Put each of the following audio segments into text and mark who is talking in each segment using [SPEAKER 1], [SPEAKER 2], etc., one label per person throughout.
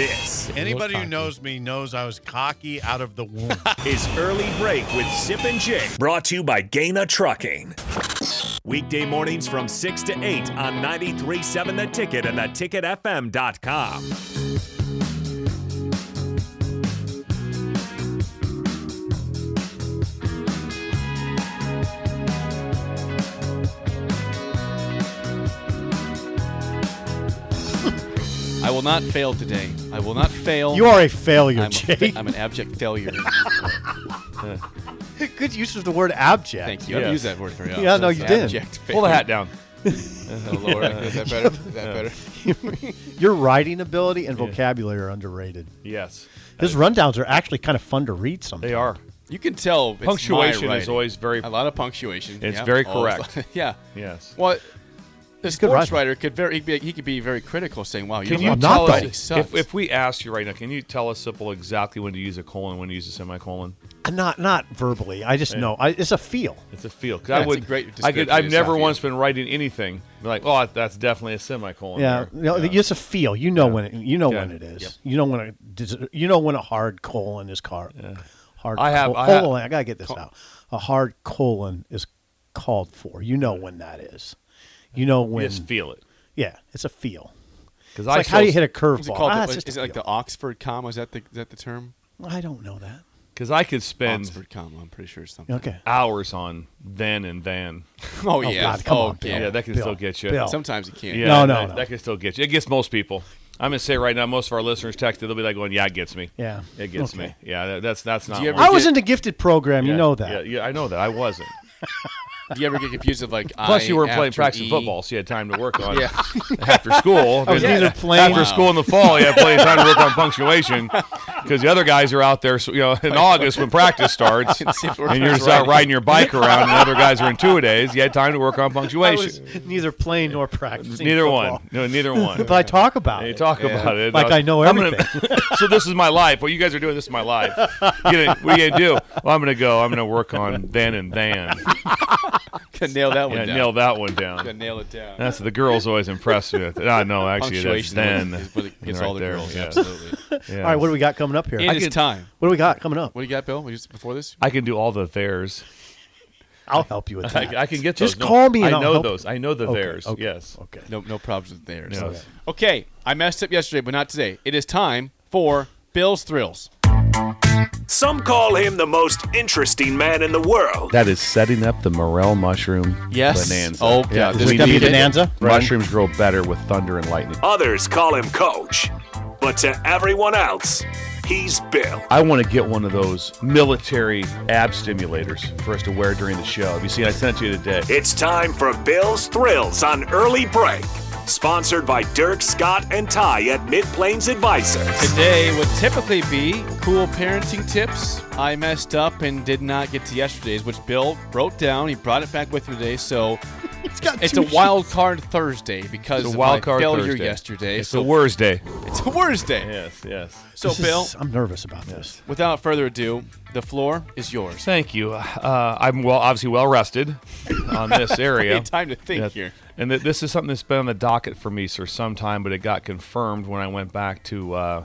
[SPEAKER 1] Yes.
[SPEAKER 2] looked
[SPEAKER 1] Anybody who
[SPEAKER 2] cocky.
[SPEAKER 1] knows me knows I was cocky out of the womb.
[SPEAKER 3] is Early Break with Zip and Jake, brought to you by Gaina Trucking. Weekday mornings from 6 to 8 on 93.7 The Ticket and theticketfm.com.
[SPEAKER 4] I will not fail today. I will not fail.
[SPEAKER 2] You are a failure,
[SPEAKER 4] I'm, a fa-
[SPEAKER 2] Jake.
[SPEAKER 4] I'm an abject failure.
[SPEAKER 2] Good use of the word abject.
[SPEAKER 4] Thank you. I've
[SPEAKER 5] Yeah.
[SPEAKER 4] used that word very often.
[SPEAKER 2] Yeah, no, you didn't.
[SPEAKER 4] Abject failure.
[SPEAKER 5] Pull the hat down.
[SPEAKER 4] Oh, Lord. Is that better? Is that better?
[SPEAKER 2] Your writing ability and vocabulary are underrated.
[SPEAKER 5] Yes,
[SPEAKER 2] His rundowns are actually kind of fun to read sometimes.
[SPEAKER 5] they are.
[SPEAKER 4] You can tell. It's my
[SPEAKER 5] Punctuation is
[SPEAKER 4] writing.
[SPEAKER 5] always very-
[SPEAKER 4] A lot of punctuation.
[SPEAKER 5] It's
[SPEAKER 4] yeah,
[SPEAKER 5] very
[SPEAKER 4] always.
[SPEAKER 5] correct.
[SPEAKER 4] yeah.
[SPEAKER 5] Yes.
[SPEAKER 4] Well, the
[SPEAKER 2] good
[SPEAKER 4] sports
[SPEAKER 2] writer.
[SPEAKER 4] writer could very he'd be, he could be very critical, saying, "Wow,
[SPEAKER 5] Can
[SPEAKER 4] you,
[SPEAKER 5] you
[SPEAKER 2] tell us-
[SPEAKER 4] us
[SPEAKER 2] If-
[SPEAKER 4] it sucks."
[SPEAKER 5] If, if we ask you right now, can you tell us simple exactly when to use a colon, when to use a semicolon?
[SPEAKER 2] Not not verbally. I just know. I, it's a feel.
[SPEAKER 5] It's a feel. 'Cause
[SPEAKER 4] Yeah,
[SPEAKER 5] I
[SPEAKER 4] it's a
[SPEAKER 5] would.
[SPEAKER 4] great
[SPEAKER 5] I could.
[SPEAKER 4] description.
[SPEAKER 5] I've
[SPEAKER 4] It's
[SPEAKER 5] never
[SPEAKER 4] not
[SPEAKER 5] once been writing anything be like, oh, that's definitely a semicolon.
[SPEAKER 2] Yeah,
[SPEAKER 5] there."
[SPEAKER 2] you know, it's a feel. You know when it, you know
[SPEAKER 5] Yeah.
[SPEAKER 2] when it is. You know when a dis- you know when a hard colon is hard. Hard
[SPEAKER 5] I have-
[SPEAKER 2] col-
[SPEAKER 5] I have-
[SPEAKER 2] colon. I gotta get this out. A hard colon is called for. You know when that is. You know
[SPEAKER 5] You
[SPEAKER 2] when.
[SPEAKER 5] just feel it.
[SPEAKER 2] Yeah, it's a feel.
[SPEAKER 5] Because
[SPEAKER 2] It's
[SPEAKER 5] I
[SPEAKER 2] like how do you hit a
[SPEAKER 4] What's it
[SPEAKER 2] curveball?
[SPEAKER 4] called?
[SPEAKER 2] Ah,
[SPEAKER 4] The-
[SPEAKER 2] it's just
[SPEAKER 4] is
[SPEAKER 2] a
[SPEAKER 4] it like the
[SPEAKER 2] feel.
[SPEAKER 4] Oxford comma? Is that the is that the term?
[SPEAKER 2] I don't know that.
[SPEAKER 5] Because I could spend
[SPEAKER 4] Oxford comma. I'm pretty sure it's something.
[SPEAKER 2] Okay.
[SPEAKER 5] hours on then and then.
[SPEAKER 4] Oh,
[SPEAKER 2] Oh
[SPEAKER 4] yeah.
[SPEAKER 2] God, come
[SPEAKER 4] oh,
[SPEAKER 2] on, Bill.
[SPEAKER 4] yeah.
[SPEAKER 5] Yeah, that can
[SPEAKER 2] Bill,
[SPEAKER 5] still get you.
[SPEAKER 2] Bill.
[SPEAKER 4] Sometimes you can't.
[SPEAKER 5] Yeah,
[SPEAKER 2] No, no,
[SPEAKER 5] that,
[SPEAKER 2] no.
[SPEAKER 5] that can still get you. It gets most people. I'm gonna say right now, most of our listeners text. They'll be like, "Going, yeah, it gets me.
[SPEAKER 2] Yeah.
[SPEAKER 5] it gets
[SPEAKER 2] Okay.
[SPEAKER 5] me. Yeah, that, that's that's not.
[SPEAKER 4] you ever
[SPEAKER 5] one-
[SPEAKER 2] I was
[SPEAKER 4] get-
[SPEAKER 2] in the gifted program.
[SPEAKER 5] yeah,
[SPEAKER 2] You know that.
[SPEAKER 5] Yeah, yeah, I know that. I wasn't.
[SPEAKER 4] Do you ever get confused with like?
[SPEAKER 5] Plus,
[SPEAKER 4] I
[SPEAKER 5] you weren't playing
[SPEAKER 4] after
[SPEAKER 5] practice
[SPEAKER 4] E?
[SPEAKER 5] football, so you had time to work on
[SPEAKER 4] Yeah.
[SPEAKER 5] after school.
[SPEAKER 2] I was
[SPEAKER 5] Then
[SPEAKER 2] neither playing-
[SPEAKER 5] after school in the fall. You had plenty of time to work on punctuation because the other guys are out there. So, you know, in August when practice starts, and
[SPEAKER 4] See if we're
[SPEAKER 5] you're just out
[SPEAKER 4] right.
[SPEAKER 5] riding your bike around, and the other guys are in two a days. You had time to work on
[SPEAKER 2] I
[SPEAKER 5] punctuation.
[SPEAKER 2] was neither playing nor practicing.
[SPEAKER 5] neither
[SPEAKER 2] football.
[SPEAKER 5] one. No, neither one.
[SPEAKER 2] But I talk about
[SPEAKER 5] They
[SPEAKER 2] it.
[SPEAKER 5] talk about it.
[SPEAKER 2] Like I know
[SPEAKER 5] I'm gonna- so this is my life. What you guys are doing, this is my life. You know, what you gonna do? Well, I'm gonna go. I'm gonna work on then and then.
[SPEAKER 4] Can nail that one
[SPEAKER 5] Yeah,
[SPEAKER 4] down.
[SPEAKER 5] nail that one down.
[SPEAKER 4] Can nail it down.
[SPEAKER 5] That's what the girls always impressed me with. Ah, no, actually, that's
[SPEAKER 4] Punctuation
[SPEAKER 5] then.
[SPEAKER 4] is what it gets
[SPEAKER 5] Right
[SPEAKER 4] all the
[SPEAKER 5] there,
[SPEAKER 4] girls.
[SPEAKER 5] yeah.
[SPEAKER 4] Absolutely.
[SPEAKER 5] Yeah.
[SPEAKER 2] All right, what do we got coming up here?
[SPEAKER 4] And
[SPEAKER 2] I
[SPEAKER 4] it's
[SPEAKER 2] could-
[SPEAKER 4] time.
[SPEAKER 2] What do we got coming up?
[SPEAKER 4] What do you got, Bill? Just before this,
[SPEAKER 5] I can do all the theirs.
[SPEAKER 2] I'll help you with that.
[SPEAKER 5] I, I can get those.
[SPEAKER 2] Just
[SPEAKER 5] No,
[SPEAKER 2] call me and
[SPEAKER 5] I
[SPEAKER 2] I'll
[SPEAKER 5] know
[SPEAKER 2] help-
[SPEAKER 5] those. I know the
[SPEAKER 2] Okay,
[SPEAKER 5] theirs.
[SPEAKER 2] okay,
[SPEAKER 5] Yes.
[SPEAKER 2] Okay.
[SPEAKER 4] no, no problems with theirs.
[SPEAKER 5] No.
[SPEAKER 4] Okay. Okay, I messed up yesterday, but not today. It is time for Bill's thrills.
[SPEAKER 3] Some call him the most interesting man in the world.
[SPEAKER 5] That is setting up the morel mushroom
[SPEAKER 4] Yes. Oh god,
[SPEAKER 5] Yeah,
[SPEAKER 4] this
[SPEAKER 2] Is
[SPEAKER 5] we
[SPEAKER 2] it gonna be
[SPEAKER 5] need it.
[SPEAKER 2] Bonanza?
[SPEAKER 5] Mushrooms grow better with thunder and lightning.
[SPEAKER 3] Others call him Coach. But to everyone else, he's Bill.
[SPEAKER 5] I want to get one of those military ab stimulators for us to wear during the show. Have you seen? I sent it to you today.
[SPEAKER 3] It's time for Bill's Thrills on Early Break, sponsored by Dirk, Scott, and Ty at Mid Plains Advisors.
[SPEAKER 4] Today would typically be cool parenting tips. I messed up and did not get to yesterday's, which Bill wrote down. He brought it back with him today, so
[SPEAKER 2] It's got
[SPEAKER 4] it's
[SPEAKER 2] two
[SPEAKER 4] a wild card Thursday because
[SPEAKER 5] It's
[SPEAKER 4] of
[SPEAKER 5] a wild
[SPEAKER 4] my
[SPEAKER 5] card
[SPEAKER 4] failure
[SPEAKER 5] Thursday.
[SPEAKER 4] yesterday.
[SPEAKER 5] It's
[SPEAKER 4] so
[SPEAKER 5] a worst day.
[SPEAKER 4] it's a Wednesday.
[SPEAKER 5] Yes, yes.
[SPEAKER 4] So
[SPEAKER 2] This is-
[SPEAKER 4] Bill,
[SPEAKER 2] I'm nervous about this.
[SPEAKER 4] without further ado, the floor is yours.
[SPEAKER 5] Thank you. Uh, I'm well, obviously well rested on this area.
[SPEAKER 4] Any time to think here.
[SPEAKER 5] And th- this is something that's been on the docket for me for some time, but it got confirmed when I went back to uh,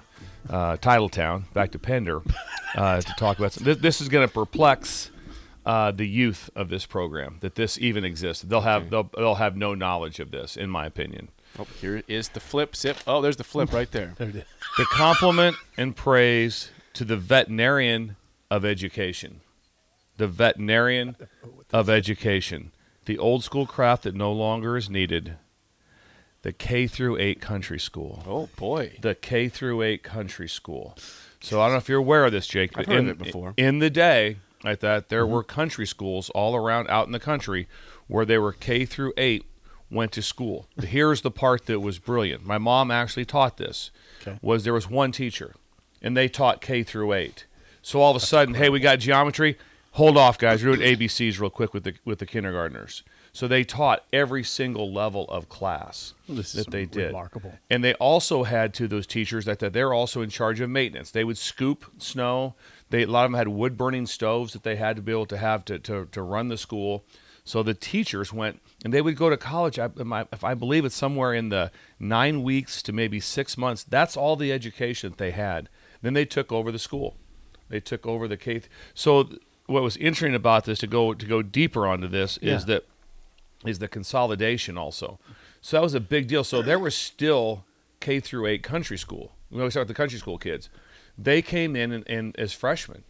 [SPEAKER 5] uh, Titletown, back to Pender, uh, to talk about. Some, this, this is going to perplex uh, the youth of this program that this even exists. They'll have they'll, they'll have no knowledge of this, in my opinion.
[SPEAKER 4] Oh, here is the flip. Zip. Oh, there's the flip right there.
[SPEAKER 2] There it is.
[SPEAKER 5] The compliment and praise to the veterinarian of education. The veterinarian of education. The old school craft that no longer is needed. The K through 8 country school.
[SPEAKER 4] Oh boy.
[SPEAKER 5] The K through 8 country school. So I don't know if you're aware of this, Jake.
[SPEAKER 4] I've
[SPEAKER 5] but
[SPEAKER 4] heard
[SPEAKER 5] in,
[SPEAKER 4] of it before. Mm-hmm.
[SPEAKER 5] In the day, like that, there were country schools all around out in the country where they were K through 8 went to school.
[SPEAKER 4] Mm-hmm.
[SPEAKER 5] Here's the part that was brilliant. My mom actually taught this.
[SPEAKER 2] Okay.
[SPEAKER 5] Was there was one teacher and they taught K through 8. So all of a sudden, hey, we got geometry. Hold off, guys. We're doing ABCs real quick with the with the kindergartners. So they taught every single level of class
[SPEAKER 2] This is
[SPEAKER 5] that they did.
[SPEAKER 2] remarkable.
[SPEAKER 5] And they also had to those teachers that, that they're also in charge of maintenance. They would scoop snow. They a lot of them had wood burning stoves that they had to be able to have to, to, to run the school. So the teachers went, and they would go to college. I, my, if I believe it's somewhere in the nine weeks to maybe six months. That's all the education that they had. Then they took over the school. They took over the K. th- So th- what was interesting about this to go to go deeper onto this is
[SPEAKER 2] Yeah.
[SPEAKER 5] that is the consolidation also. So that was a big deal. So there was still K through eight country school. We always start with the country school kids. They came in and, and as freshmen.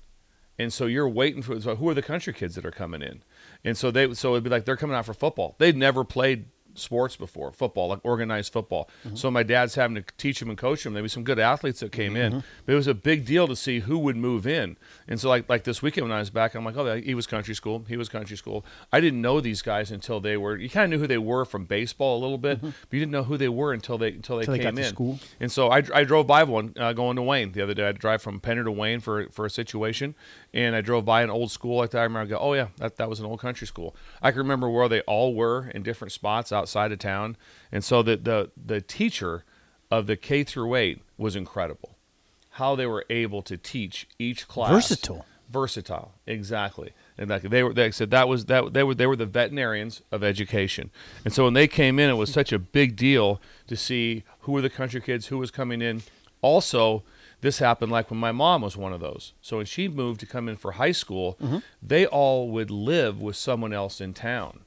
[SPEAKER 5] And so you're waiting for so who are the country kids that are coming in? And so they so it'd be like they're coming out for football. They'd never played sports before, football, like organized football.
[SPEAKER 2] Mm-hmm.
[SPEAKER 5] So my dad's having to teach them and coach them. There were some good athletes that came
[SPEAKER 2] Mm-hmm.
[SPEAKER 5] in, but it was a big deal to see who would move in. And so like like this weekend when I was back, I'm like, oh, he was country school, he was country school. I didn't know these guys until they were. You kind of knew who they were from baseball a little bit, but you didn't know who they were until they until they
[SPEAKER 2] Mm-hmm. Till they got
[SPEAKER 5] came
[SPEAKER 2] to
[SPEAKER 5] in.
[SPEAKER 2] school.
[SPEAKER 5] And so I, I drove by one uh, going to Wayne the other day. I drive from Penner to Wayne for for a situation, and I drove by an old school like that. I remember I go, oh yeah, that, that was an old country school. I can remember where they all were in different spots outside of town. And so the the the teacher of the K through eight was incredible. How they were able to teach each class
[SPEAKER 2] Versatile.
[SPEAKER 5] versatile exactly exactly they were they said that was that they were they were the veterinarians of education and so when they came in it was such a big deal to see who were the country kids who was coming in also this happened like when my mom was one of those so when she moved to come in for high school
[SPEAKER 2] Mm-hmm.
[SPEAKER 5] they all would live with someone else in town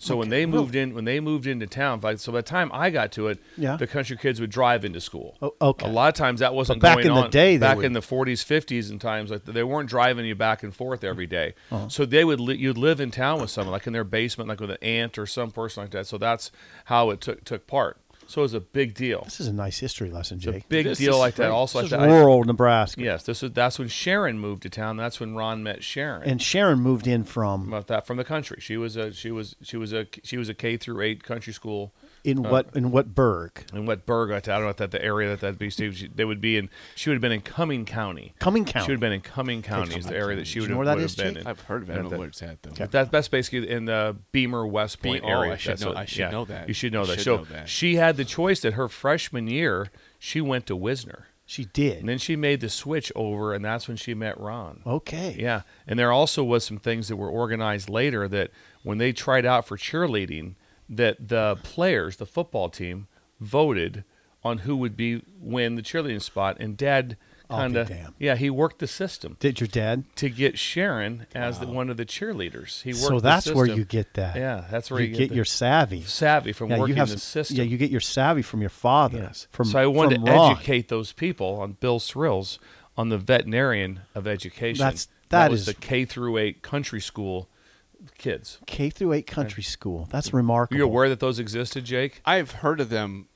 [SPEAKER 5] so when they moved in when they moved into town like so by the time i got to it
[SPEAKER 2] Oh. Yeah.
[SPEAKER 5] the country kids would drive into school
[SPEAKER 2] Oh, okay.
[SPEAKER 5] a lot of times that wasn't
[SPEAKER 2] back
[SPEAKER 5] going
[SPEAKER 2] in the
[SPEAKER 5] on.
[SPEAKER 2] day, they
[SPEAKER 5] back
[SPEAKER 2] would-
[SPEAKER 5] in the 40s 50s and times like they weren't driving you back and forth every day.
[SPEAKER 2] Uh-huh.
[SPEAKER 5] so they would li- you'd live in town with someone like in their basement like with an aunt or some person like that so that's how it took took part so it was a big deal
[SPEAKER 2] This is a nice history lesson, Jake.
[SPEAKER 5] big
[SPEAKER 4] This
[SPEAKER 5] deal
[SPEAKER 4] is
[SPEAKER 5] like that
[SPEAKER 4] great.
[SPEAKER 5] also
[SPEAKER 2] this
[SPEAKER 5] like
[SPEAKER 2] is
[SPEAKER 5] that I-
[SPEAKER 2] rural Nebraska.
[SPEAKER 5] yes this is that's when Sharon moved to town that's when Ron met Sharon
[SPEAKER 2] And Sharon moved in from
[SPEAKER 5] about that from the country she was a she was she was a she was a K through 8 country school
[SPEAKER 2] in what in what burg?
[SPEAKER 5] and what burg I don't know if that the area that that'd be Steve she, they would be in she would have been in Cumming County
[SPEAKER 2] Cumming County.
[SPEAKER 5] she would have been in Cumming County is the area that she
[SPEAKER 2] Do you know
[SPEAKER 5] would
[SPEAKER 2] where
[SPEAKER 5] have,
[SPEAKER 2] that
[SPEAKER 5] would
[SPEAKER 2] is,
[SPEAKER 5] have been
[SPEAKER 2] Jake?
[SPEAKER 5] in.
[SPEAKER 4] I've heard of it. I don't know
[SPEAKER 5] That- that-
[SPEAKER 4] where it's at though.
[SPEAKER 5] But That, that's basically in the Beamer West Point
[SPEAKER 4] Be- oh,
[SPEAKER 5] area.
[SPEAKER 4] I should
[SPEAKER 5] That's
[SPEAKER 4] know-
[SPEAKER 5] what-
[SPEAKER 4] I should know that.
[SPEAKER 5] You should know
[SPEAKER 4] I
[SPEAKER 5] that.
[SPEAKER 4] should
[SPEAKER 5] so
[SPEAKER 4] know that.
[SPEAKER 5] she had the choice that her freshman year she went to Wisner,
[SPEAKER 2] She did.
[SPEAKER 5] and then she made the switch over, and that's when she met Ron.
[SPEAKER 2] okay.
[SPEAKER 5] Yeah, and there also was some things that were organized later that when they tried out for cheerleading, that the players, the football team, voted on who would be win the cheerleading spot, and Dad
[SPEAKER 2] I'll be
[SPEAKER 5] kind of
[SPEAKER 2] damned.
[SPEAKER 5] yeah he worked the system
[SPEAKER 2] Did your dad?
[SPEAKER 5] to get Sharon as the, one of the cheerleaders. He worked.
[SPEAKER 2] So
[SPEAKER 5] the
[SPEAKER 2] that's where
[SPEAKER 5] system.
[SPEAKER 2] you get that.
[SPEAKER 5] Yeah, that's where
[SPEAKER 2] You,
[SPEAKER 5] you,
[SPEAKER 2] get,
[SPEAKER 5] the
[SPEAKER 2] your savvy.
[SPEAKER 5] savvy from
[SPEAKER 2] yeah,
[SPEAKER 5] working
[SPEAKER 2] you have
[SPEAKER 5] the
[SPEAKER 2] s-
[SPEAKER 5] system.
[SPEAKER 2] Yeah, you get your savvy from your father. From
[SPEAKER 5] so I wanted
[SPEAKER 2] from
[SPEAKER 5] to
[SPEAKER 2] Ron.
[SPEAKER 5] educate those people on Bill Srills on the veterinarian of education.
[SPEAKER 2] That's- that
[SPEAKER 5] that was
[SPEAKER 2] is-
[SPEAKER 5] the K through eight country school kids.
[SPEAKER 2] K through eight country school. That's
[SPEAKER 5] Were
[SPEAKER 2] remarkable.
[SPEAKER 5] you aware that those existed, Jake?
[SPEAKER 4] I've heard of them,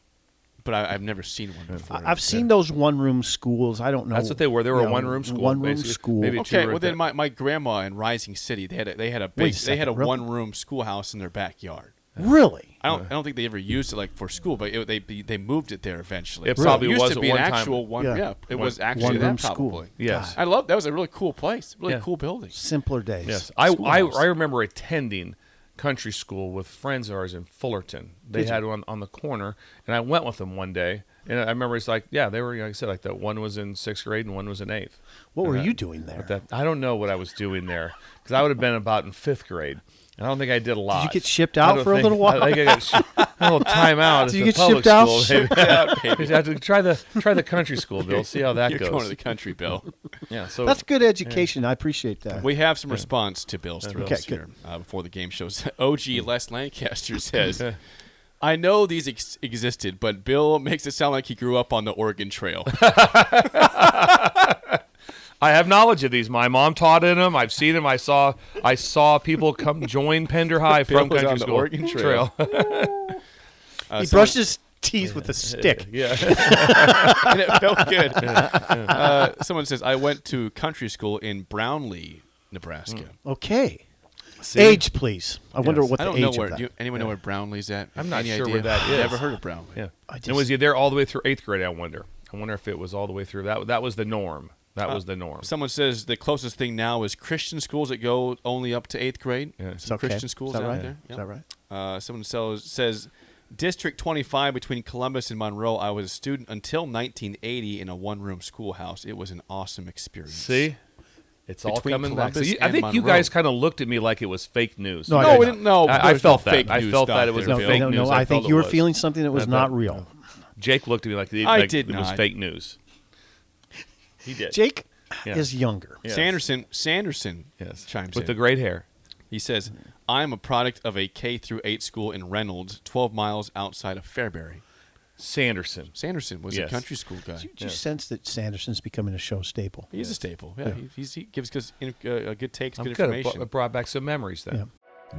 [SPEAKER 4] but I, I've never seen one before.
[SPEAKER 2] I- I've seen those one room schools. I don't know.
[SPEAKER 5] That's what they were. They were a
[SPEAKER 2] Yeah,
[SPEAKER 5] one-room school,
[SPEAKER 2] One-room
[SPEAKER 5] basically.
[SPEAKER 2] school. Oh,
[SPEAKER 5] Maybe two
[SPEAKER 4] Okay,
[SPEAKER 5] or
[SPEAKER 4] well
[SPEAKER 5] that-
[SPEAKER 4] then my, my grandma in Rising City they had a, they had a
[SPEAKER 2] Wait a
[SPEAKER 4] big they had a
[SPEAKER 2] second, really?
[SPEAKER 4] one room schoolhouse in their backyard.
[SPEAKER 2] Really?
[SPEAKER 4] I don't I don't think they ever used it like for school, but it, they they moved it there eventually.
[SPEAKER 5] It probably
[SPEAKER 4] used
[SPEAKER 5] was
[SPEAKER 4] to
[SPEAKER 5] at
[SPEAKER 4] be an
[SPEAKER 5] one time.
[SPEAKER 4] actual one.
[SPEAKER 2] Yeah.
[SPEAKER 4] Yeah, it was actually
[SPEAKER 2] One room
[SPEAKER 4] that
[SPEAKER 2] school.
[SPEAKER 4] probably.
[SPEAKER 5] Yes.
[SPEAKER 4] I love that was a really cool place, really
[SPEAKER 5] Yeah.
[SPEAKER 4] cool building.
[SPEAKER 2] Simpler days.
[SPEAKER 5] Yes, I, I,
[SPEAKER 4] Schoolhouse.
[SPEAKER 5] I remember attending country school with friends of ours in Fullerton. They had one on the corner, and I went with them one day. And I remember it's like, yeah, they were like I said, like that one was in sixth grade and one was in eighth.
[SPEAKER 2] What were
[SPEAKER 5] And
[SPEAKER 2] you
[SPEAKER 5] that-
[SPEAKER 2] doing there?
[SPEAKER 5] Uh, but That I don't know what I was doing there because I would have been about in fifth grade. And I don't think I did a lot.
[SPEAKER 2] get shipped
[SPEAKER 5] I
[SPEAKER 2] out
[SPEAKER 5] don't
[SPEAKER 2] for a
[SPEAKER 5] think-
[SPEAKER 2] little while?
[SPEAKER 5] I think I got sh- a little time
[SPEAKER 2] Did
[SPEAKER 5] out. at
[SPEAKER 2] you
[SPEAKER 5] the
[SPEAKER 2] get
[SPEAKER 5] public
[SPEAKER 2] shipped out?
[SPEAKER 5] school, baby. I have to try the try the country school, Bill. See how that
[SPEAKER 4] You're
[SPEAKER 5] goes.
[SPEAKER 4] going to the country, Bill.
[SPEAKER 5] yeah, so
[SPEAKER 2] That's good education. I appreciate that.
[SPEAKER 4] We have some response to Bill's thrills
[SPEAKER 2] Okay,
[SPEAKER 4] here uh, before the game shows. OG Les Lancaster says, "I know these ex- existed, but Bill makes it sound like he grew up on the Oregon Trail." Uh,
[SPEAKER 5] I have knowledge of these. My mom taught in them. I've seen them. I saw I saw people come join Pender High
[SPEAKER 4] Bill
[SPEAKER 5] from
[SPEAKER 4] was
[SPEAKER 5] country
[SPEAKER 4] on the
[SPEAKER 5] school
[SPEAKER 4] Oregon Trail. Uh,
[SPEAKER 2] he
[SPEAKER 4] so-
[SPEAKER 2] brushed his teeth with a stick.
[SPEAKER 5] yeah,
[SPEAKER 4] and it felt good. Uh, someone says, "I went to country school in Brownlee, Nebraska."
[SPEAKER 2] Okay. Age, please. I wonder what Mm. the
[SPEAKER 4] I don't
[SPEAKER 2] age
[SPEAKER 4] know
[SPEAKER 2] of
[SPEAKER 4] where.
[SPEAKER 2] that-
[SPEAKER 4] Do you, anyone know where Brownlee's at?
[SPEAKER 5] I'm not
[SPEAKER 4] Any
[SPEAKER 5] sure
[SPEAKER 4] idea?
[SPEAKER 5] where that is.
[SPEAKER 4] Never heard of Brownlee.
[SPEAKER 5] yeah.
[SPEAKER 2] I
[SPEAKER 5] and was
[SPEAKER 2] just-
[SPEAKER 5] he there all the way through eighth grade? I wonder. I wonder if it was all the way through. That that was the norm. That
[SPEAKER 4] Uh,
[SPEAKER 5] was the norm.
[SPEAKER 4] Someone says the closest thing now is Christian schools that go only up to eighth grade.
[SPEAKER 5] Yeah.
[SPEAKER 4] Some
[SPEAKER 2] Okay.
[SPEAKER 4] Christian schools
[SPEAKER 2] Is that
[SPEAKER 4] out
[SPEAKER 2] right?
[SPEAKER 4] there.
[SPEAKER 2] Is
[SPEAKER 4] Yep.
[SPEAKER 2] that right?
[SPEAKER 4] Uh, someone sells, says District 25 between Columbus and Monroe. I was a student until 1980 in a one-room schoolhouse. It was an awesome experience.
[SPEAKER 5] See, It's all
[SPEAKER 4] Between
[SPEAKER 5] coming back.
[SPEAKER 4] Columbus
[SPEAKER 5] So you, I
[SPEAKER 4] and
[SPEAKER 5] think you
[SPEAKER 4] Monroe.
[SPEAKER 5] guys kind of looked at me like it was fake news.
[SPEAKER 2] No, I
[SPEAKER 4] No,
[SPEAKER 2] did
[SPEAKER 4] we didn't know.
[SPEAKER 5] I- I felt that.
[SPEAKER 4] Fake
[SPEAKER 5] I
[SPEAKER 4] news
[SPEAKER 5] felt that
[SPEAKER 4] out
[SPEAKER 5] it was
[SPEAKER 4] there,
[SPEAKER 2] No,
[SPEAKER 5] a
[SPEAKER 4] Bill.
[SPEAKER 5] fake
[SPEAKER 2] no, no.
[SPEAKER 5] news, I
[SPEAKER 2] I,
[SPEAKER 5] felt
[SPEAKER 2] think
[SPEAKER 5] it
[SPEAKER 2] you were
[SPEAKER 5] was.
[SPEAKER 2] feeling something that was
[SPEAKER 5] I
[SPEAKER 2] not
[SPEAKER 5] thought-
[SPEAKER 2] real.
[SPEAKER 5] Jake looked at me like, the,
[SPEAKER 4] I
[SPEAKER 5] like
[SPEAKER 4] did
[SPEAKER 5] it was
[SPEAKER 4] not.
[SPEAKER 5] fake news. He did.
[SPEAKER 2] Jake
[SPEAKER 5] Yeah.
[SPEAKER 2] is younger.
[SPEAKER 5] Yes.
[SPEAKER 4] Sanderson Sanderson
[SPEAKER 5] yes.
[SPEAKER 4] chimes
[SPEAKER 5] with
[SPEAKER 4] in.
[SPEAKER 5] the great hair.
[SPEAKER 4] he says, "I am a product of a K through 8 school in Reynolds, 12 miles outside of Fairbury."
[SPEAKER 5] Sanderson.
[SPEAKER 4] Sanderson was
[SPEAKER 5] Yes.
[SPEAKER 4] a country school guy.
[SPEAKER 2] Do you sense that Sanderson's becoming a show staple?
[SPEAKER 4] He's a staple. Yeah, He, he's, he gives us in, uh, uh, good takes,
[SPEAKER 5] I'm
[SPEAKER 4] good
[SPEAKER 5] good. I brought- I
[SPEAKER 4] information.
[SPEAKER 5] brought back some memories then.
[SPEAKER 2] Yeah.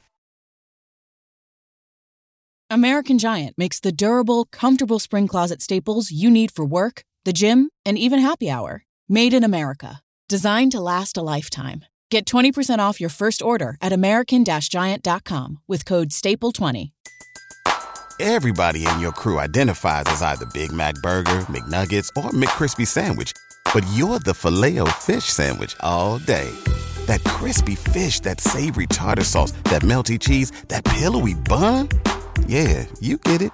[SPEAKER 6] American Giant makes the durable, comfortable spring closet staples you need for work, the gym, and even happy hour. Made in America. Designed to last a lifetime. Get 20% off your first order at american-giant.com with code STAPLE20.
[SPEAKER 7] Everybody in your crew identifies as either Big Mac Burger, McNuggets, or McCrispy Sandwich. But you're the filet fish Sandwich all day. That crispy fish, that savory tartar sauce, that melty cheese, that pillowy bun. Yeah, you get it.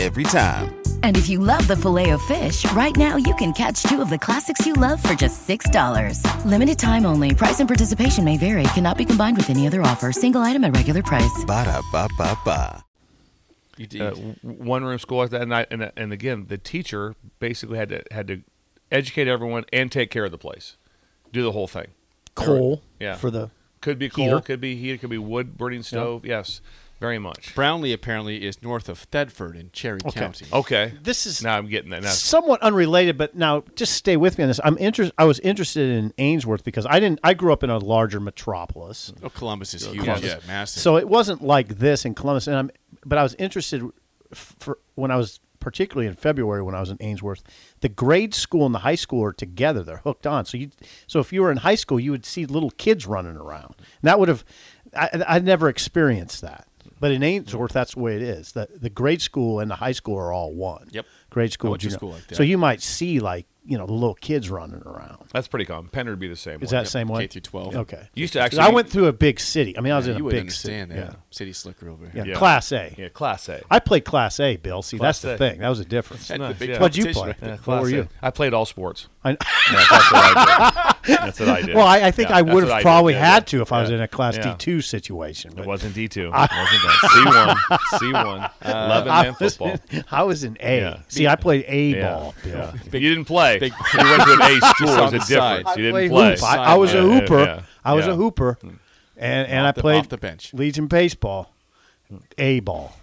[SPEAKER 7] Every time.
[SPEAKER 8] And if you love the filet of fish, right now you can catch two of the classics you love for just $6. Limited time only. Price and participation may vary. Cannot be combined with any other offer. Single item at regular price.
[SPEAKER 7] Ba-da-ba-ba-ba.
[SPEAKER 4] You did-
[SPEAKER 5] Uh, w- one room school and I, and and again the teacher basically had to had to educate everyone and take care of the place, do the whole thing.
[SPEAKER 2] Coal
[SPEAKER 5] Yeah.
[SPEAKER 2] for the
[SPEAKER 5] Could be coal,
[SPEAKER 2] Heater.
[SPEAKER 5] could be heat, could be wood burning stove. Yes, very much.
[SPEAKER 4] Brownlee apparently is north of Thedford in Cherry County.
[SPEAKER 5] Okay, Oh.
[SPEAKER 2] This is-
[SPEAKER 5] now I'm getting that. Now
[SPEAKER 2] somewhat unrelated, but now just stay with me on this. I'm interested. I was interested in Ainsworth because I didn't. I grew up in a larger metropolis,
[SPEAKER 4] Oh, Columbus is huge.
[SPEAKER 5] Columbus.
[SPEAKER 4] Yeah, massive.
[SPEAKER 2] so it wasn't like this in Columbus. And I'm, but I was interested f- for when I was particularly in February when I was in Ainsworth. The grade school and the high school are together. They're hooked on. So you, so if you were in high school, you would see little kids running around. And that would have, I, I never experienced that. But in Ainsworth, that's the way it is. The the grade school and the high school are all one.
[SPEAKER 4] Yep.
[SPEAKER 2] Grade school.
[SPEAKER 4] I went to
[SPEAKER 2] junior-
[SPEAKER 4] school like that.
[SPEAKER 2] So you might see like you know the little kids running around.
[SPEAKER 5] that's pretty common. Penner would be the same.
[SPEAKER 2] Is
[SPEAKER 5] way.
[SPEAKER 2] that the same way?
[SPEAKER 4] K through 12.
[SPEAKER 2] Okay.
[SPEAKER 5] Used to
[SPEAKER 2] 'Cause
[SPEAKER 5] actually-
[SPEAKER 2] I went through a big city. I mean, I was
[SPEAKER 4] Yeah,
[SPEAKER 2] in a
[SPEAKER 4] you would
[SPEAKER 2] big
[SPEAKER 4] understand
[SPEAKER 2] city.
[SPEAKER 4] that. City slicker over here.
[SPEAKER 2] Yeah.
[SPEAKER 5] Yeah.
[SPEAKER 2] yeah. Class A.
[SPEAKER 5] Yeah, class A.
[SPEAKER 2] I played Class A, Bill. See,
[SPEAKER 5] Class
[SPEAKER 2] that's the
[SPEAKER 5] A.
[SPEAKER 2] thing. That was a difference.
[SPEAKER 4] That's the big
[SPEAKER 5] yeah.
[SPEAKER 2] What'd you
[SPEAKER 4] competition
[SPEAKER 2] play?
[SPEAKER 4] right there.
[SPEAKER 5] Yeah,
[SPEAKER 2] What
[SPEAKER 5] class
[SPEAKER 2] were
[SPEAKER 5] A.
[SPEAKER 2] you?
[SPEAKER 5] I played all sports.
[SPEAKER 2] I,
[SPEAKER 5] Yeah, that's what I did. That's what I did.
[SPEAKER 2] well, I, I think
[SPEAKER 5] Yeah,
[SPEAKER 2] I
[SPEAKER 5] that's
[SPEAKER 2] would
[SPEAKER 5] what
[SPEAKER 2] have
[SPEAKER 5] did.
[SPEAKER 2] probably
[SPEAKER 5] Yeah,
[SPEAKER 2] had
[SPEAKER 5] yeah.
[SPEAKER 2] to if I was
[SPEAKER 5] Yeah.
[SPEAKER 2] in a Class
[SPEAKER 5] Yeah.
[SPEAKER 2] D2 situation.
[SPEAKER 5] It
[SPEAKER 2] but
[SPEAKER 5] wasn't D two. It wasn't that. C one. C one. Eleven
[SPEAKER 2] I
[SPEAKER 5] man
[SPEAKER 2] was,
[SPEAKER 5] football.
[SPEAKER 2] I was in A.
[SPEAKER 5] Yeah.
[SPEAKER 2] See, I played A
[SPEAKER 5] Yeah.
[SPEAKER 2] ball, Bill.
[SPEAKER 5] you didn't play.
[SPEAKER 4] big-
[SPEAKER 5] you went to an A school.
[SPEAKER 4] Just on
[SPEAKER 5] There's a
[SPEAKER 4] the side.
[SPEAKER 5] difference. You
[SPEAKER 2] Play
[SPEAKER 5] didn't play.
[SPEAKER 2] hoop. I, I was
[SPEAKER 5] Yeah,
[SPEAKER 2] a
[SPEAKER 5] yeah,
[SPEAKER 2] hooper.
[SPEAKER 5] yeah.
[SPEAKER 2] I was
[SPEAKER 5] Yeah. Hmm.
[SPEAKER 2] a hooper, and and I
[SPEAKER 4] the-
[SPEAKER 2] played
[SPEAKER 4] off the bench.
[SPEAKER 2] Legion baseball, A ball,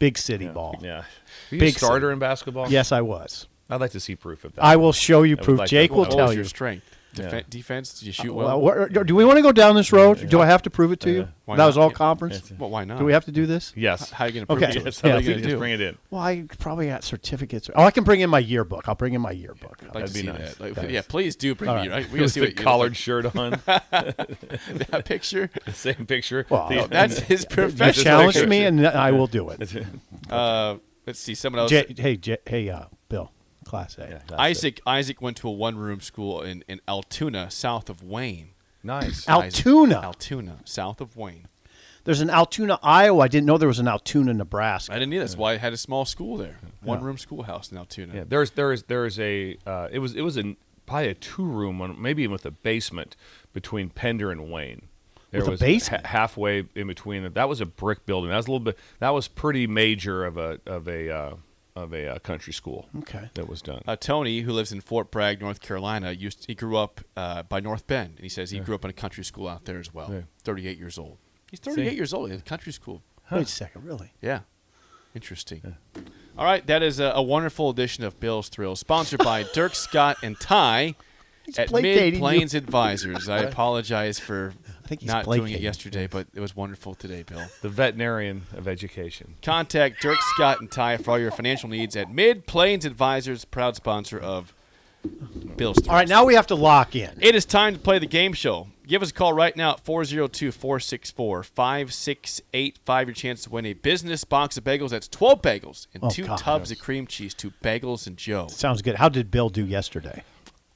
[SPEAKER 2] big city ball.
[SPEAKER 5] Yeah. Were you
[SPEAKER 2] Big
[SPEAKER 5] a starter in basketball?
[SPEAKER 2] Yes, I was.
[SPEAKER 5] I'd like to see proof of that.
[SPEAKER 2] I will show you
[SPEAKER 5] would
[SPEAKER 2] proof.
[SPEAKER 5] like to
[SPEAKER 2] Jake
[SPEAKER 5] know
[SPEAKER 2] will
[SPEAKER 5] that.
[SPEAKER 4] What
[SPEAKER 2] tell
[SPEAKER 4] was
[SPEAKER 2] you.
[SPEAKER 4] your strength? Defe-
[SPEAKER 5] Yeah.
[SPEAKER 4] Defense? Did you shoot well?
[SPEAKER 2] Uh, Well, what- do we want to go down this road? Do I have to prove it to you?
[SPEAKER 4] Why
[SPEAKER 2] that was
[SPEAKER 4] not?
[SPEAKER 2] all
[SPEAKER 4] Yeah.
[SPEAKER 2] conference.
[SPEAKER 4] Well, why not?
[SPEAKER 2] Do we have to do this?
[SPEAKER 5] Yes.
[SPEAKER 4] How are you going to prove
[SPEAKER 2] Okay.
[SPEAKER 4] it? to us?
[SPEAKER 5] Yes,
[SPEAKER 4] How
[SPEAKER 5] I'd
[SPEAKER 4] are
[SPEAKER 5] like
[SPEAKER 4] you
[SPEAKER 5] to
[SPEAKER 4] going to
[SPEAKER 5] just
[SPEAKER 4] do?
[SPEAKER 5] bring it in.
[SPEAKER 2] Well, I probably got certificates. Oh, I can bring in my yearbook. I'll bring in my yearbook.
[SPEAKER 4] I'd like to
[SPEAKER 5] That'd be
[SPEAKER 4] see
[SPEAKER 5] nice.
[SPEAKER 4] that. Like, yeah, please do bring me. Right, we
[SPEAKER 5] It
[SPEAKER 4] gotta
[SPEAKER 5] was
[SPEAKER 4] see
[SPEAKER 5] the
[SPEAKER 4] what you-
[SPEAKER 5] collared shirt on.
[SPEAKER 4] that picture.
[SPEAKER 5] the same picture.
[SPEAKER 2] Well,
[SPEAKER 5] The-
[SPEAKER 4] That's his
[SPEAKER 2] You
[SPEAKER 4] profession.
[SPEAKER 2] challenged me, and I will do it.
[SPEAKER 4] Uh, let's see. Someone else.
[SPEAKER 2] J- hey, J- hey, uh, Bill, Class A.
[SPEAKER 4] Isaac. Isaac went to a one-room school in, in Altoona, south of Wayne. Isaac.
[SPEAKER 5] nice.
[SPEAKER 2] Altoona.
[SPEAKER 4] Altoona, south of Wayne.
[SPEAKER 2] There's an Altoona, Iowa. I didn't know there was an Altoona, Nebraska.
[SPEAKER 4] I didn't either. That's why it had a small school there. One-room schoolhouse in Altoona.
[SPEAKER 5] Yeah, there's there is there is a uh, it was it was a probably a two room one maybe even with a basement between Pender and Wayne. There
[SPEAKER 2] With a
[SPEAKER 5] was
[SPEAKER 2] basement?
[SPEAKER 5] halfway in between that. That was a brick building. That was a little bit. That was pretty major of a of a uh, of a uh, country school.
[SPEAKER 2] Okay.
[SPEAKER 5] that was done.
[SPEAKER 4] Uh, Tony, who lives in Fort Bragg, North Carolina, used he grew up uh, by North Bend, and he says he grew up in a country school out there as well.
[SPEAKER 5] Yeah.
[SPEAKER 4] Thirty-eight years old. He's thirty-eight years old. He's a country school.
[SPEAKER 2] Wait a second, really?
[SPEAKER 4] Yeah, interesting. All right, that is a, a wonderful edition of Bill's Thrills, sponsored by Dirk Scott and Ty at
[SPEAKER 2] placating
[SPEAKER 4] Mid
[SPEAKER 2] you.
[SPEAKER 4] Plains Advisors. I apologize for
[SPEAKER 2] I think he's
[SPEAKER 4] not doing it
[SPEAKER 2] placating.
[SPEAKER 4] yesterday, but it was wonderful today, Bill.
[SPEAKER 5] the veterinarian of education.
[SPEAKER 4] Contact Dirk Scott and Ty for all your financial needs at Mid Plains Advisors, proud sponsor of Bill's Thrills.
[SPEAKER 2] All right, now we have to lock in.
[SPEAKER 4] It is time to play the game show. Give us a call right now at 402 464 5685. Your chance to win a business box of bagels. That's 12 bagels and
[SPEAKER 2] Oh,
[SPEAKER 4] two
[SPEAKER 2] God.
[SPEAKER 4] tubs of cream cheese to Bagels and Joe.
[SPEAKER 2] Sounds good. How did Bill do yesterday?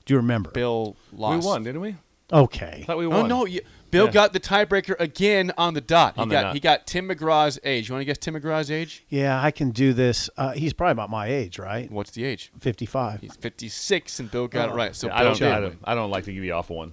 [SPEAKER 2] Do you remember?
[SPEAKER 4] Bill lost.
[SPEAKER 5] We won, didn't we?
[SPEAKER 2] Okay.
[SPEAKER 5] I thought we
[SPEAKER 4] Oh
[SPEAKER 5] won.
[SPEAKER 4] no! You, Bill
[SPEAKER 5] Yeah.
[SPEAKER 4] got the tiebreaker again on the dot. He
[SPEAKER 5] On the
[SPEAKER 4] got
[SPEAKER 5] dot.
[SPEAKER 4] he got Tim McGraw's age. You want to guess Tim McGraw's age?
[SPEAKER 2] Yeah, I can do this. Uh, he's probably about my age, right?
[SPEAKER 4] What's the age?
[SPEAKER 2] 55.
[SPEAKER 4] He's 56, and Bill got it right. So
[SPEAKER 5] Oh, I
[SPEAKER 4] Bill
[SPEAKER 5] don't,
[SPEAKER 4] did
[SPEAKER 5] I
[SPEAKER 4] win.
[SPEAKER 5] don't. I don't like to give you off one.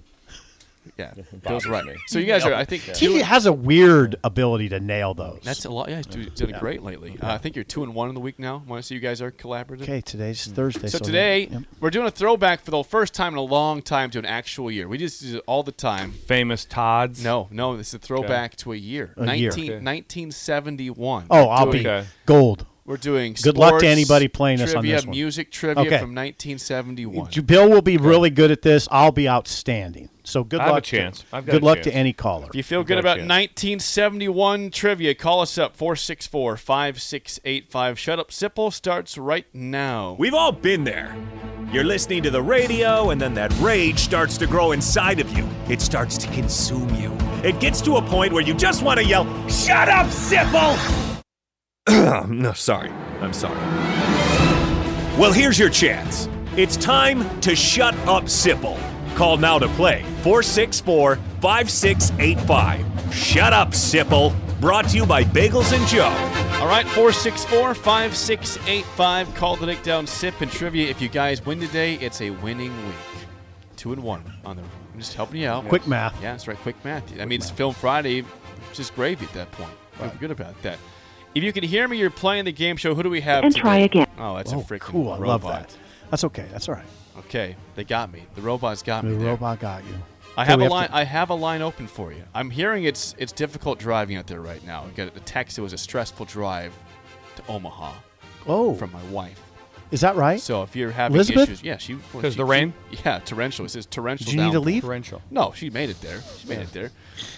[SPEAKER 4] Yeah, Bill's right. So you guys are. I think two
[SPEAKER 2] he
[SPEAKER 4] and-
[SPEAKER 2] has a weird ability to nail those.
[SPEAKER 4] that's a lot. Yeah, he's do- he's done great lately. Uh, I think you're two and one in the week now. Want to see you guys are collaborative.
[SPEAKER 2] okay. Today's Thursday.
[SPEAKER 4] Hmm. So
[SPEAKER 2] that-
[SPEAKER 4] today
[SPEAKER 2] yep.
[SPEAKER 4] we're doing a throwback for the first time in a long time to an actual year. We just do it all the time.
[SPEAKER 5] Famous Todd's.
[SPEAKER 4] No, no, this is a throwback to a year.
[SPEAKER 2] A year.
[SPEAKER 4] 19
[SPEAKER 2] Okay.
[SPEAKER 4] 1971.
[SPEAKER 2] oh, I'll
[SPEAKER 4] Doing-
[SPEAKER 2] be
[SPEAKER 5] Okay.
[SPEAKER 2] gold.
[SPEAKER 4] We're doing.
[SPEAKER 2] Good luck to
[SPEAKER 4] sports
[SPEAKER 2] anybody playing us on
[SPEAKER 4] trivia,
[SPEAKER 2] this one.
[SPEAKER 4] Music trivia
[SPEAKER 2] Okay.
[SPEAKER 4] from 1971.
[SPEAKER 2] Bill will be really good at this. I'll be outstanding. So good
[SPEAKER 5] I have a
[SPEAKER 2] luck.
[SPEAKER 5] chance.
[SPEAKER 2] To,
[SPEAKER 5] I've got
[SPEAKER 2] good
[SPEAKER 5] a
[SPEAKER 2] luck to
[SPEAKER 5] chance.
[SPEAKER 2] any caller.
[SPEAKER 4] If you feel good
[SPEAKER 5] got a
[SPEAKER 4] about
[SPEAKER 5] chance.
[SPEAKER 4] 1971 trivia, call us up 464 5685. Shut Up Sipple starts right now.
[SPEAKER 3] We've all been there. You're listening to the radio, and then that rage starts to grow inside of you. It starts to consume you. It gets to a point where you just want to yell, Shut up, Sipple! no, sorry. I'm sorry. Well, here's your chance. It's time to shut up, Sipple. Call now to play 464 5685. Shut up, Sipple. Brought to you by Bagels and Joe.
[SPEAKER 4] All right, 464 5685. Call the Nick Down Sip and Trivia. If you guys win today, it's a winning week. Two and one on the. I'm just helping you out.
[SPEAKER 2] Quick math.
[SPEAKER 4] Yeah, that's right. Quick math. I mean, it's Film Friday, it's just gravy at that point. Feel good about that. If you can hear me, you're playing the game show. Who do we have?
[SPEAKER 9] And try
[SPEAKER 4] today?
[SPEAKER 9] again.
[SPEAKER 4] Oh, that's a
[SPEAKER 2] oh,
[SPEAKER 4] freaking
[SPEAKER 2] cool. I
[SPEAKER 4] robot.
[SPEAKER 2] love that. That's okay. That's all right.
[SPEAKER 4] Okay, they got me. The robots got
[SPEAKER 2] The
[SPEAKER 4] me. there.
[SPEAKER 2] robot got you.
[SPEAKER 4] I
[SPEAKER 2] Okay,
[SPEAKER 4] have
[SPEAKER 2] we
[SPEAKER 4] a line.
[SPEAKER 2] to-
[SPEAKER 4] I have a line open for you. I'm hearing it's it's difficult driving out there right now. I got a text. It was a stressful drive to Omaha
[SPEAKER 2] oh,
[SPEAKER 4] from my wife.
[SPEAKER 2] is that right?
[SPEAKER 4] So if you're having
[SPEAKER 2] Elizabeth?
[SPEAKER 4] issues, yeah, she well,
[SPEAKER 5] 'Cause
[SPEAKER 4] she-
[SPEAKER 5] the rain?
[SPEAKER 4] she- yeah, torrential. It says torrential.
[SPEAKER 2] Did you need to
[SPEAKER 4] downpour.
[SPEAKER 2] leave?
[SPEAKER 5] Torrential.
[SPEAKER 4] No, she made it there. She made it there.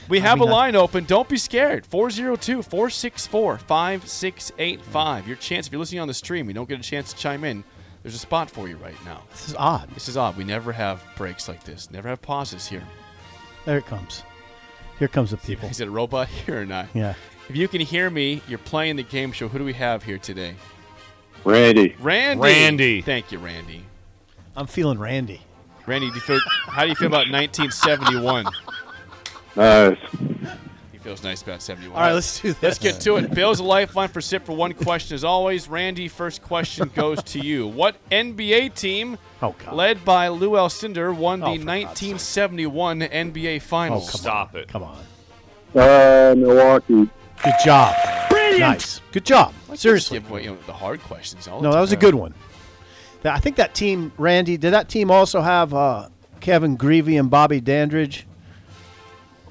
[SPEAKER 4] We have
[SPEAKER 2] mean,
[SPEAKER 4] a
[SPEAKER 2] I-
[SPEAKER 4] line open. Don't be scared. 402 464 5685. Your chance, if you're listening on the stream, you don't get a chance to chime in. There's a spot for you right now.
[SPEAKER 2] This is odd.
[SPEAKER 4] This is odd. We never have breaks like this, never have pauses here.
[SPEAKER 2] There it comes. Here comes the people.
[SPEAKER 4] Is it a robot here or not?
[SPEAKER 2] Yeah.
[SPEAKER 4] If you can hear me, you're playing the game show. Who do we have here today?
[SPEAKER 9] Ready.
[SPEAKER 4] Randy.
[SPEAKER 5] Randy.
[SPEAKER 4] Thank you, Randy.
[SPEAKER 2] I'm feeling Randy.
[SPEAKER 4] Randy, do you feel, how do you feel about 1971?
[SPEAKER 9] Nice.
[SPEAKER 4] He feels nice about 71.
[SPEAKER 2] All right, let's do this.
[SPEAKER 4] Let's get to it. Bill's a lifeline for sip for one question. As always, Randy, first question goes to you. What NBA team,
[SPEAKER 2] Oh, God.
[SPEAKER 4] led by Lou Alcindor, won
[SPEAKER 2] Oh,
[SPEAKER 4] the
[SPEAKER 2] for God's sake.
[SPEAKER 4] 1971 NBA
[SPEAKER 2] Oh,
[SPEAKER 4] Finals?
[SPEAKER 2] come
[SPEAKER 5] Stop
[SPEAKER 2] on.
[SPEAKER 5] it.
[SPEAKER 2] Come on.
[SPEAKER 9] Uh, Milwaukee.
[SPEAKER 2] Good job. Brilliant. Nice. Good job. Seriously.
[SPEAKER 4] Give away, you know, the hard questions. All the
[SPEAKER 2] No, that was a
[SPEAKER 4] time.
[SPEAKER 2] good one. That- I think that team, Randy, did that team also have uh, Kevin Greavy and Bobby Dandridge?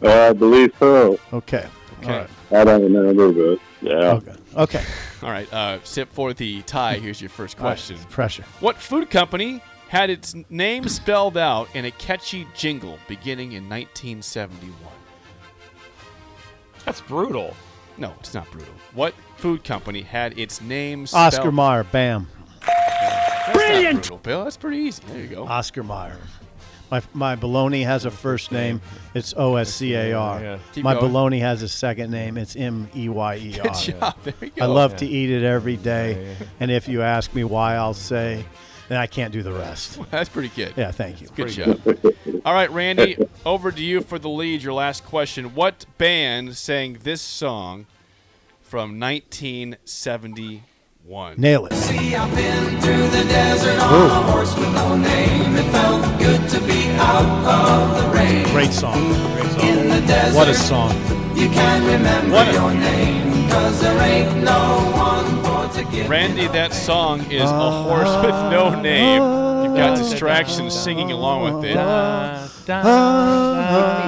[SPEAKER 9] Uh, I believe so.
[SPEAKER 2] Okay.
[SPEAKER 4] Okay.
[SPEAKER 2] All right.
[SPEAKER 9] I don't remember, but yeah.
[SPEAKER 2] Okay. Okay.
[SPEAKER 4] All right, uh, sip for the tie. Here's your first question.
[SPEAKER 2] Pressure.
[SPEAKER 4] What food company had its name spelled out in a catchy jingle beginning in 1971?
[SPEAKER 5] That's brutal.
[SPEAKER 4] No, it's not brutal. What food company had its name spelled
[SPEAKER 2] Oscar Mayer. Bam.
[SPEAKER 4] Brilliant. Brutal, Bill. That's pretty easy. There you go.
[SPEAKER 2] Oscar Mayer. My, my baloney has a first name. It's O S C A
[SPEAKER 5] Yeah.
[SPEAKER 2] R.
[SPEAKER 4] Keep
[SPEAKER 2] My
[SPEAKER 4] going.
[SPEAKER 2] baloney has a second name. It's M E Y E R.
[SPEAKER 4] Good job. There you go.
[SPEAKER 2] I love to eat it every day. And if you ask me why, I'll say, then I can't do the rest.
[SPEAKER 4] That's pretty good.
[SPEAKER 2] Yeah, thank you.
[SPEAKER 4] Good job. All right, Randy, over to you for the lead. Your last question. What band sang this song from 1971?
[SPEAKER 2] Nail it. Great song. Great song. what a song.
[SPEAKER 4] What a- Randy, that song is A Horse with No Name. You've got distractions singing along with it.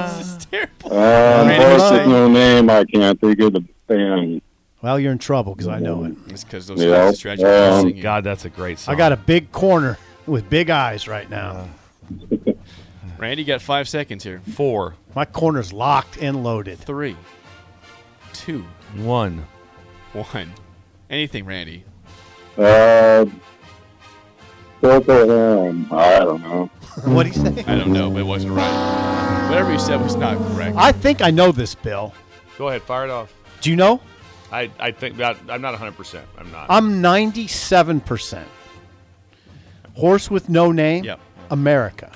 [SPEAKER 4] This is terrible.
[SPEAKER 9] Uh,
[SPEAKER 4] Randy,
[SPEAKER 9] horse
[SPEAKER 4] what's
[SPEAKER 9] with no name. I can't think of the band.
[SPEAKER 2] Well, you're in trouble because I know it.
[SPEAKER 4] It's because those
[SPEAKER 9] Yeah.
[SPEAKER 4] guys distractions are
[SPEAKER 9] Um,
[SPEAKER 4] singing.
[SPEAKER 5] God, that's a great song.
[SPEAKER 2] I got a big corner with big eyes right now.
[SPEAKER 4] Randy, you got five seconds here.
[SPEAKER 5] four,
[SPEAKER 2] My corner's locked and loaded.
[SPEAKER 4] Three, two,
[SPEAKER 5] one.
[SPEAKER 4] one. Anything, Randy.
[SPEAKER 9] Uh, Purple Ham. I don't know.
[SPEAKER 2] What do you say?
[SPEAKER 4] I don't know, but it wasn't right. Whatever you said was not correct.
[SPEAKER 2] I think I know this, Bill.
[SPEAKER 5] Go ahead, fire it off.
[SPEAKER 2] Do you know?
[SPEAKER 5] I, I think that I'm not 100. percent I'm not.
[SPEAKER 2] I'm 97%. Horse with no name,
[SPEAKER 4] Yep.
[SPEAKER 2] America.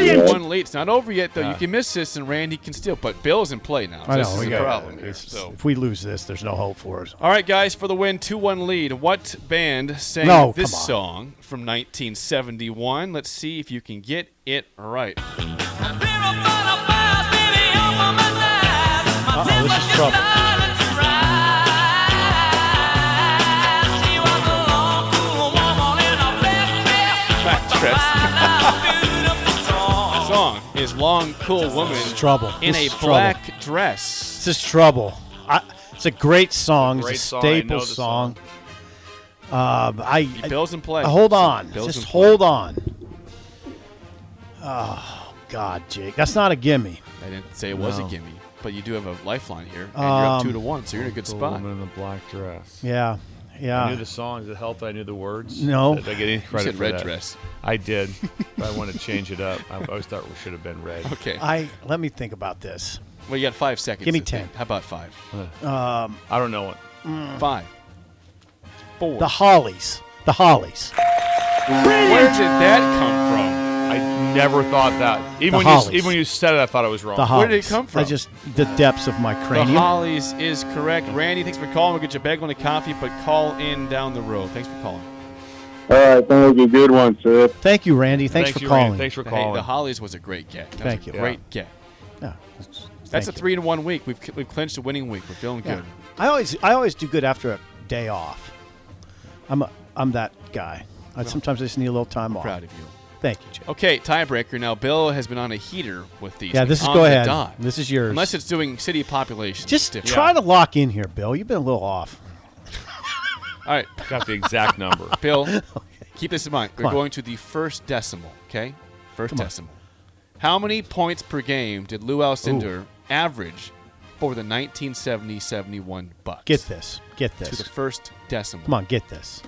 [SPEAKER 4] One lead. It's not over yet, though. You can miss this, and Randy can steal. But Bill's in play now.
[SPEAKER 2] I
[SPEAKER 4] this
[SPEAKER 2] know,
[SPEAKER 4] is
[SPEAKER 2] we
[SPEAKER 4] the
[SPEAKER 2] got-
[SPEAKER 4] problem here.
[SPEAKER 2] it's-
[SPEAKER 4] So.
[SPEAKER 2] If we lose this, there's no hope for us.
[SPEAKER 4] All right, guys, for the win, 2 1 lead. What band sang
[SPEAKER 2] No,
[SPEAKER 4] this
[SPEAKER 2] come on.
[SPEAKER 4] song from 1971? Let's see if you can get it right.
[SPEAKER 2] Uh-oh, this is trouble.
[SPEAKER 4] The song is Long Cool Woman
[SPEAKER 2] This is trouble.
[SPEAKER 4] in
[SPEAKER 2] This
[SPEAKER 4] a
[SPEAKER 2] is trouble.
[SPEAKER 4] Black Dress.
[SPEAKER 2] This is trouble. I, it's a great song. It's a,
[SPEAKER 5] great song. I
[SPEAKER 2] staple
[SPEAKER 5] know the
[SPEAKER 2] song.
[SPEAKER 5] song.
[SPEAKER 2] Um, I, I- uh,
[SPEAKER 4] Bill's in play.
[SPEAKER 2] hold on.
[SPEAKER 4] Bill's in
[SPEAKER 2] Just
[SPEAKER 4] play.
[SPEAKER 2] hold on. Oh God, Jake, that's not a gimme.
[SPEAKER 4] I didn't say it was
[SPEAKER 2] No.
[SPEAKER 4] a gimme, but you do have a lifeline here, and you're up
[SPEAKER 2] Um,
[SPEAKER 4] 2 to 1, so you're in a good
[SPEAKER 5] The
[SPEAKER 4] spot.
[SPEAKER 5] woman in the black dress.
[SPEAKER 2] Yeah,
[SPEAKER 5] I knew
[SPEAKER 2] yeah.
[SPEAKER 5] the songs. It helped. I knew the words.
[SPEAKER 2] No.
[SPEAKER 5] Did I get any
[SPEAKER 4] You
[SPEAKER 5] credit
[SPEAKER 4] said
[SPEAKER 5] for
[SPEAKER 4] red
[SPEAKER 5] that?
[SPEAKER 4] dress.
[SPEAKER 5] I did. but I want to change it up. I always thought we should have been red.
[SPEAKER 4] Okay.
[SPEAKER 2] I let me think about this.
[SPEAKER 4] well, you got five seconds.
[SPEAKER 2] Give me
[SPEAKER 4] to think.
[SPEAKER 2] 10.
[SPEAKER 4] How about five?
[SPEAKER 5] I don't know it.
[SPEAKER 4] Five. Four.
[SPEAKER 2] The Hollies. The Hollies.
[SPEAKER 4] Where did that come from?
[SPEAKER 5] I never thought that.
[SPEAKER 2] The
[SPEAKER 5] Even when
[SPEAKER 2] Hollies.
[SPEAKER 5] you even when you said it, I thought it was wrong.
[SPEAKER 2] The Hollies.
[SPEAKER 4] Where did it come from?
[SPEAKER 2] I just the depths of my cranium.
[SPEAKER 4] The Hollies is correct. Randy, thanks for calling. We'll get you a bagel and a coffee, but call in down the road. Thanks for calling.
[SPEAKER 9] All right, thank you. Good one, Sip.
[SPEAKER 2] Thank you, Randy. Thanks, for
[SPEAKER 5] you, Randy.
[SPEAKER 2] calling.
[SPEAKER 5] Thanks for
[SPEAKER 4] Hey,
[SPEAKER 5] calling.
[SPEAKER 4] the Hollies was a great get. That
[SPEAKER 2] Thank
[SPEAKER 4] was a
[SPEAKER 2] you.
[SPEAKER 4] Great get.
[SPEAKER 2] Yeah, it's-
[SPEAKER 4] That's
[SPEAKER 2] thank you.
[SPEAKER 4] a three in one week. We've, we've clinched a winning week. We're feeling
[SPEAKER 2] Yeah.
[SPEAKER 4] good.
[SPEAKER 2] I always I always do good after a day off. I'm a, I'm that guy. I sometimes I just need a little time off.
[SPEAKER 4] Proud of you.
[SPEAKER 2] Thank you, Jake.
[SPEAKER 4] Okay, tiebreaker. Now, Bill has been on a heater with these.
[SPEAKER 2] Yeah, this
[SPEAKER 4] He's
[SPEAKER 2] is
[SPEAKER 4] on
[SPEAKER 2] go
[SPEAKER 4] the
[SPEAKER 2] ahead.
[SPEAKER 4] dot.
[SPEAKER 2] This is yours.
[SPEAKER 4] Unless it's doing city population.
[SPEAKER 2] Just
[SPEAKER 4] Different.
[SPEAKER 2] try to lock in here, Bill. You've been a little off.
[SPEAKER 4] All right,
[SPEAKER 5] Got the exact number.
[SPEAKER 4] Bill, keep this in mind. We're
[SPEAKER 2] on.
[SPEAKER 4] going to the first decimal, okay? First decimal. How many points per game did Lou Alcindor average for the 1970-71 Bucks?
[SPEAKER 2] Get this. Get
[SPEAKER 4] To the
[SPEAKER 2] this.
[SPEAKER 4] first decimal.
[SPEAKER 2] Come on, get this.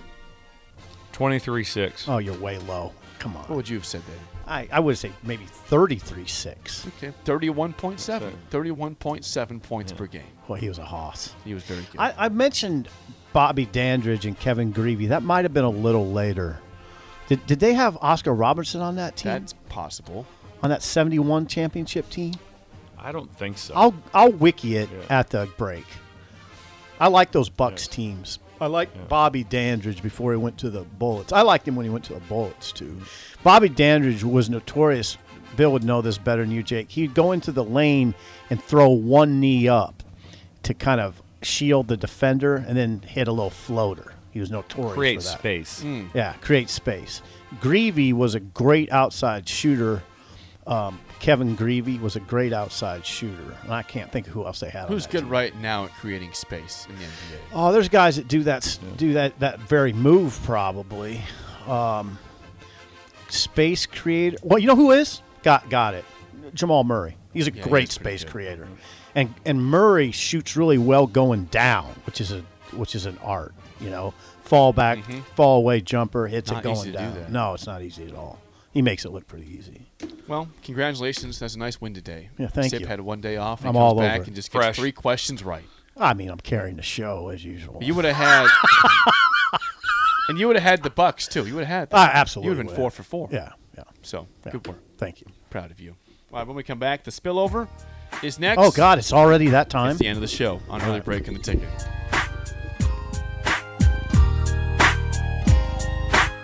[SPEAKER 5] Twenty-three six.
[SPEAKER 2] Oh, you're way low. Come
[SPEAKER 4] What
[SPEAKER 2] on.
[SPEAKER 4] would you have said then?
[SPEAKER 2] I, I would say maybe 33.6.
[SPEAKER 4] Okay, 31.7. 31.7 points per game.
[SPEAKER 2] Well, he was a hoss.
[SPEAKER 4] He was very good.
[SPEAKER 2] I, I mentioned Bobby Dandridge and Kevin Greavy. That might have been a little later. Did, did they have Oscar Robertson on that team?
[SPEAKER 4] That's possible.
[SPEAKER 2] on that 71 championship team?
[SPEAKER 5] I don't think so.
[SPEAKER 2] I'll I'll wiki it
[SPEAKER 5] Yeah.
[SPEAKER 2] at the break. I like those Bucks teams. I like Bobby Dandridge before he went to the Bullets. I liked him when he went to the Bullets too. Bobby Dandridge was notorious. Bill would know this better than you, Jake. He'd go into the lane and throw one knee up to kind of shield the defender, and then hit a little floater. He was notorious.
[SPEAKER 5] create
[SPEAKER 2] for that.
[SPEAKER 5] space.
[SPEAKER 4] Mm.
[SPEAKER 2] Yeah, create space. Greavy was a great outside shooter. Um, Kevin Greavy was a great outside shooter. And I can't think of who else they had. on
[SPEAKER 4] Who's
[SPEAKER 2] that
[SPEAKER 4] good
[SPEAKER 2] team.
[SPEAKER 4] right now at creating space in the NBA?
[SPEAKER 2] Oh, there's guys that do that do that that very move probably. Um, space creator. Well, you know who is got got it. Jamal Murray. He's a
[SPEAKER 4] Yeah,
[SPEAKER 2] great
[SPEAKER 4] he's pretty
[SPEAKER 2] space
[SPEAKER 4] good.
[SPEAKER 2] creator, and and Murray shoots really well going down, which is a which is an art. You know, fall back, fall away jumper hits
[SPEAKER 4] Mm-hmm. Not
[SPEAKER 2] it going
[SPEAKER 4] easy to do
[SPEAKER 2] down.
[SPEAKER 4] that.
[SPEAKER 2] No, it's not easy at all. He makes it look pretty easy.
[SPEAKER 4] Well, congratulations. That's a nice win today.
[SPEAKER 2] Yeah, thank
[SPEAKER 4] Sip
[SPEAKER 2] you.
[SPEAKER 4] had one day off. And
[SPEAKER 2] I'm
[SPEAKER 4] comes
[SPEAKER 2] all
[SPEAKER 4] back
[SPEAKER 2] over.
[SPEAKER 4] and just gets
[SPEAKER 5] Fresh.
[SPEAKER 4] three questions right.
[SPEAKER 2] I mean, I'm carrying the show as usual.
[SPEAKER 4] You would have had, and you would have had the Bucks too. You would have had. That.
[SPEAKER 2] Ah, absolutely
[SPEAKER 4] You would have been four
[SPEAKER 2] would've.
[SPEAKER 4] for four.
[SPEAKER 2] yeah, yeah,
[SPEAKER 4] So
[SPEAKER 2] yeah.
[SPEAKER 4] good work.
[SPEAKER 2] Thank you.
[SPEAKER 4] Proud of you. All right. When we come back, the spillover is next.
[SPEAKER 2] Oh God, it's already that time.
[SPEAKER 4] It's the end of the show on early break in the ticket.